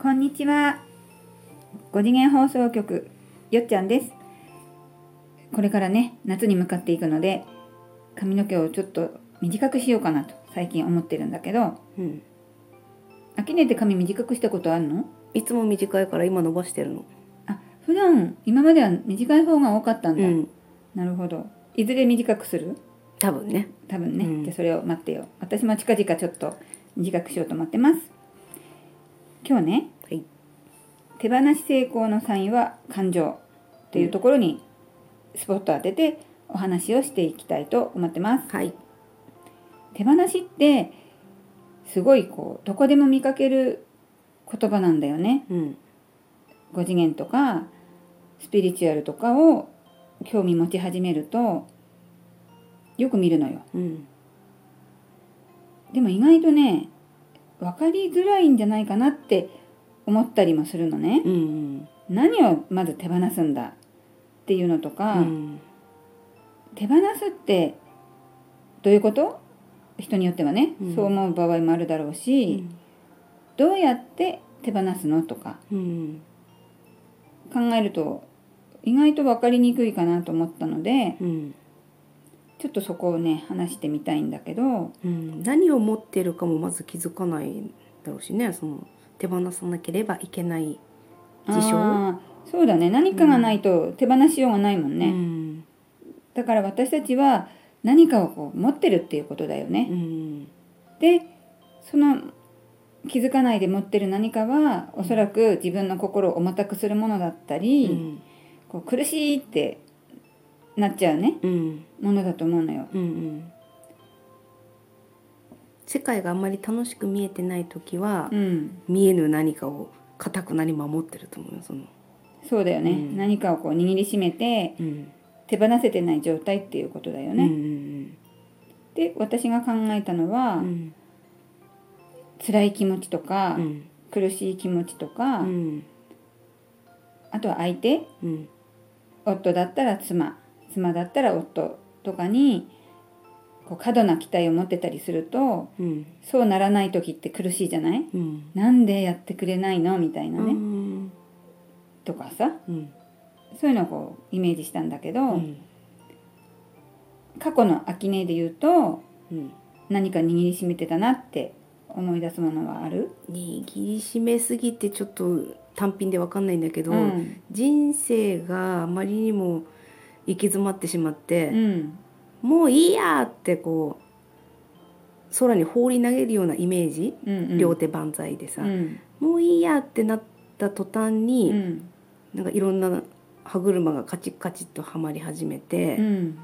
こんにちは。5次元放送局、よっちゃんです。これからね、夏に向かっていくので、髪の毛をちょっと短くしようかなと最近思ってるんだけど、うんあきねって髪短くしたことあるのいつも短いから今伸ばしてるのあ、普段、今までは短い方が多かったんうだ。んなるほど。いずれ短くする多分ね多分ね、うんじゃあそれを待ってよ私も近々ちょっと短くしようと思ってます今日ねはい手放し成功のサインは感情っていうところにスポットを当ててお話をしていきたいと思ってますはい手放しってすごいこうどこでも見かける言葉なんだよねうん5次元とかスピリチュアルとかを興味持ち始めるとよく見るのようんでも意外とね分かりづらいんじゃないかなって思ったりもするのねう、ん何をまず手放すんだっていうのとうか、ん手放すってどういうこと人によってはね、うんそう思う場合もあるだろうし、どうやって手放すのとかうん考えると意外と分かりにくいかなと思ったのでうんちょっとそこをね話してみたいんだけどうん何を持ってるかもまず気づかないだろうしねその手放さなければいけない事象あーそうだね何かがないと手放しようがないもんね、うんだから私たちは何かをこう持ってるっていうことだようね。んでその気づかないで持ってる何かはおそらく自分の心を重たくするものだったうり、んこう苦しいってなっちゃうねうんものだと思うのよ。うんうん世界があんまり楽しく見えてない時は、うん、見えぬ何かを固くなり守ってると思うよその、そうだよね、うん何かをこう握りしめてうん手放せてない状態っていうことだようんうね。んで私が考えたのは、うん辛い気持ちとか、うん苦しい気持ちとか、うんあとは相手うん夫だったら妻妻だったら夫とかにこう過度な期待を持ってたりするとうんそうならない時って苦しいじゃないうんなんでやってくれないのみたいなね、うんとかさうんそういうのをこうイメージしたんだけど、うん過去の秋音で言うとうん何か握りしめてたなって思い出すものはある、握りしめすぎてちょっと単品でわかんないんだけど、うん人生があまりにも行き詰まってしまっうて、んもういいやってこう空に放り投げるようなイメージ、うんうん、両手万歳でさ、うんもういいやってなった途端うに、んなんかいろんな歯車がカチッカチッとはまり始めて、うん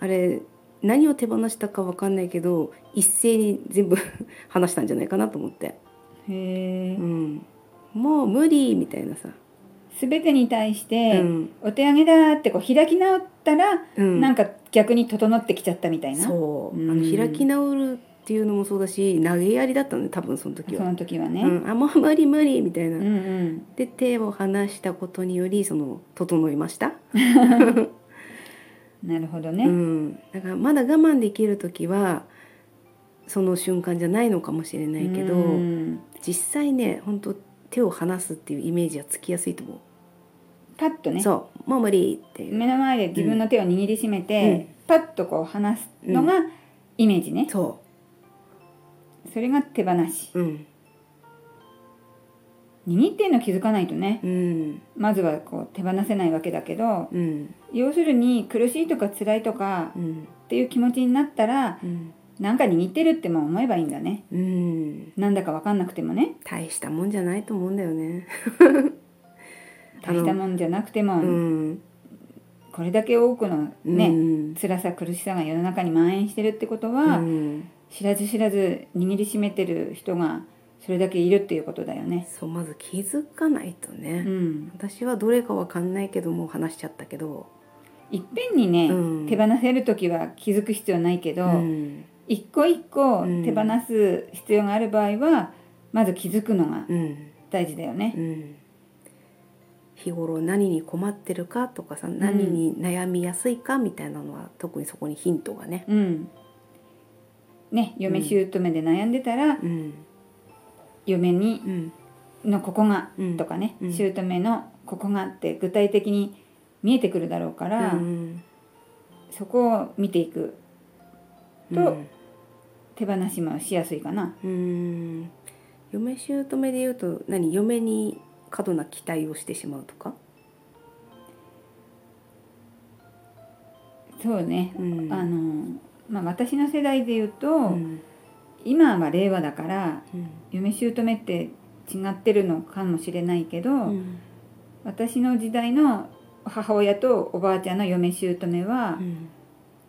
あれ何を手放したかわかんないけど一斉に全部 話したんじゃないかなと思って、へえ、うん、もう無理みたいなさ、全てに対して、うんお手上げだってこう開き直ったらうん、なんか逆に整ってきちゃったみたいな、そう、うんあの開き直るっていうのもそうだし投げやりだったのね多分その時そは。の時はね、うん、あもう無理無理みたいな、うんうんで手を離したことによりその整いました、なるほどうね、ん、だからまだ我慢できる時はその瞬間じゃないのかもしれないけど、うん実際ね本当手を離すっていうイメージはつきやすいと思うパッとねそう、もう無理っていう。目の前で自分の手を握りしめて、パッとこう離すのがイメージね、そそれが手放しう、うん、握ってんの気づかないとねうん、まずはこう手放せないわけだけどうん、要するに苦しいとか辛いとかうん、っていう気持ちになったらうん、なんか握ってるってもう思えばいいんだねうん、なんだか分かんなくてもね大したもんじゃないと思うんだよね。あ大のしたもんじゃなくてうもん、これだけ多くのうん、ね、辛さ苦しさが世の中に蔓延してるってことうは、ん、知らず知らず握りしめてる人がそれだけいるっていうことだよね。そう、まず気づかないとうね。ん、私はどれかわかんないけど、もう話しちゃったけど。いっぺんにね、うん手放せる時は気づく必要ないけど、うん、一個一個うん手放す必要がある場合はまず気づくのがうん、大事だよねう。ん。日頃何に困ってるかとかさ、何に悩みやすいかみたいなのは、特にそこにヒントがね。うん、ね嫁姑で悩んでたら、うん嫁にうんのここがうんとかね、うん姑のここがって具体的に見えてくるだろうから、うんそこを見ていくとうん手放しもしやすいかな。うん嫁姑で言うと何嫁に過度な期待をしてしまうとか、そうね、うんあのまあ、私の世代で言うと、うん今は令和だからうん嫁姑って違ってるのかもしれないけど、うん私の時代の母親とおばあちゃんの嫁姑は、うん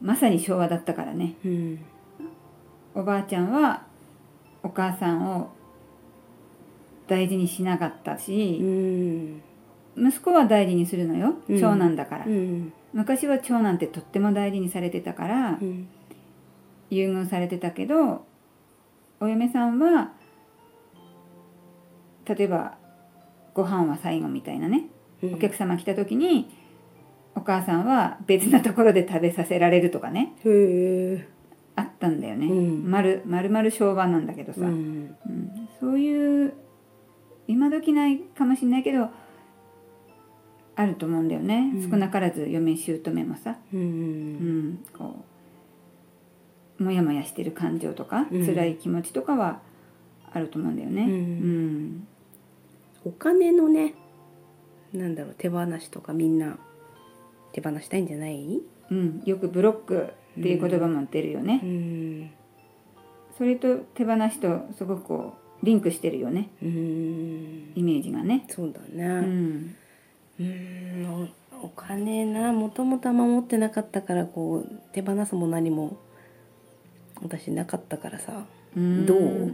まさに昭和だったからねうんおばあちゃんはお母さんを大事にしなかったうし、ん息子は大事にするのよ、うん長男だから、うん昔は長男ってとっても大事にされてたから、うん優遇されてたけどお嫁さんは例えばご飯は最後みたいなね、お客様来た時にお母さんは別なところで食べさせられるとかねへえあったんだよね、うんまるまるまる昭和なんだけどさ、うんうんそういう今時ないかもしれないけどあると思うんだよね、うん少なからず嫁姑もさ、ううんん、こうモヤモヤしてる感情とか、うん辛い気持ちとかはあると思うんだよね。うんうんお金のねなんだろう手放しとかみんな手放したいんじゃないうんよくブロックっていう言葉も出るよね、うんそれと手放しとすごくこうリンクしてるよねうんイメージがね。そうだうねんうんおお金なもともとあんま持ってなかったからこう手放すも何も私なかったからさうんどう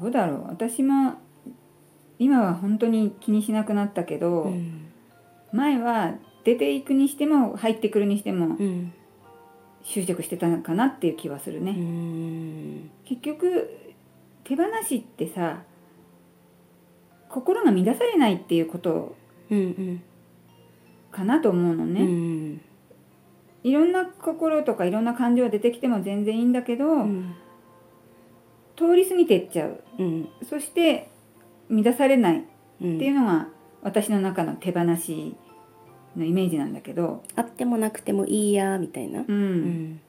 どうだろう私も今は本当に気にしなくなったけど、うん前は出ていくにしても入ってくるにしてもうん執着してたのかなっていう気はするね、うん結局手放しってさ心が乱されないっていうことうんかなと思うのうね、んいろんな心とかいろんな感情が出てきても全然いいんだけど、うん通り過ぎていっちゃううんそして乱されないっていううんのが私の中の手放しのイメージなんだけど、あってもなくてもいいやみたいなう、うんん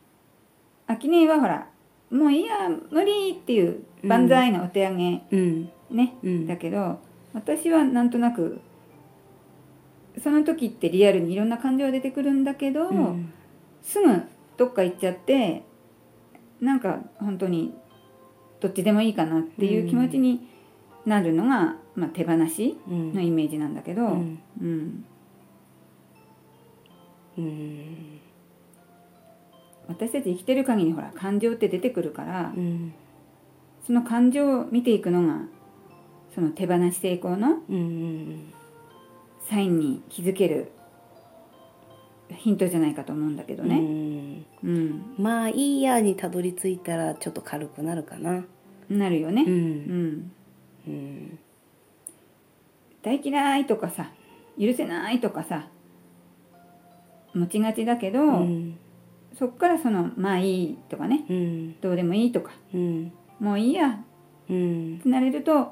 秋音はほらもういいや無理っていう万歳のお手上げうんね、うんだけど私はなんとなくその時ってリアルにいろんな感情が出てくるんだけど、うんすぐどっか行っちゃってなんか本当にどっちでもいいかなっていう気持ちになるのが、まあ、手放しうんのイメージなんだけど、うんうんうん私たち生きてる限りほら感情って出てくるから、うんその感情を見ていくのがその手放し成功のうんサインに気づけるヒントじゃないかと思うんだけどうね。んうん、まあいいやにたどり着いたらちょっと軽くなるかななるよね。んうんうん大嫌いとかさ許せないとかさ持ちがちだけど、うんそっからそのまあいいとかねうんどうでもいいとかうんもういいやうんってなれると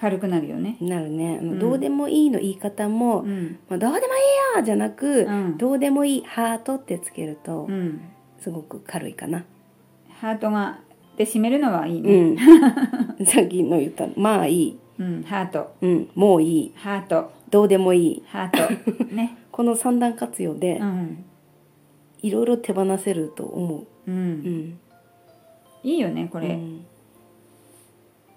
軽くなるよね。なるね、あのうんどうでもいいの言い方も、うん、まあ、どうでもいいやじゃなく、うんどうでもいいハートってつけるとうん、すごく軽いかな、ハートがで締めるのはいいうね。んさっきの言ったまあいい、うん、ハートうん、もういいハートどうでもいいハ ートねこの三段活用でうん、いろいろ手放せると思うう、ん、ん、いいよねここれ、うん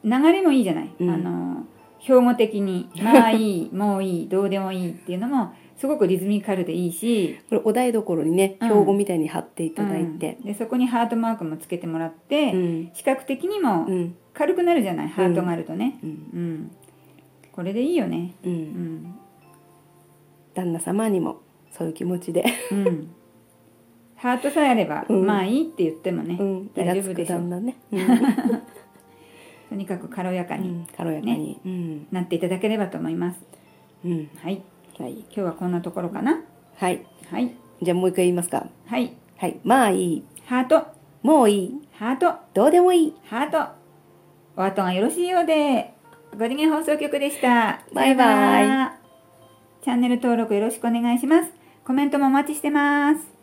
流れもいいじゃない、うんあの標語的に「まあい いもういいどうでもいい」っていうのもすごくリズミカルでいいし、これお台所にねうん標語みたいに貼っていただいてうんでそこにハートマークもつけてもらって、うん視覚的にもうん軽くなるじゃない、ハートがあるとね、うんうん、これでいいよねううんん、旦那様にもそういう気持ちでうん、ハートさえあれば「うんまあいい」って言ってもね、うんイ大ラ丈つ夫くでしょ旦う那ねとにかく軽やかうにん軽やかにうんなっていただければと思います、うんはいはい今日はこんなところかなはいはいじゃあもう一回言いますかはいはい。まあいい。ハート、もういい。ハート、どうでもいい。ハート。お後がよろしいようで、5次元放送局でした。バイバイさよなら。チャンネル登録よろしくお願いします。コメントもお待ちしてます。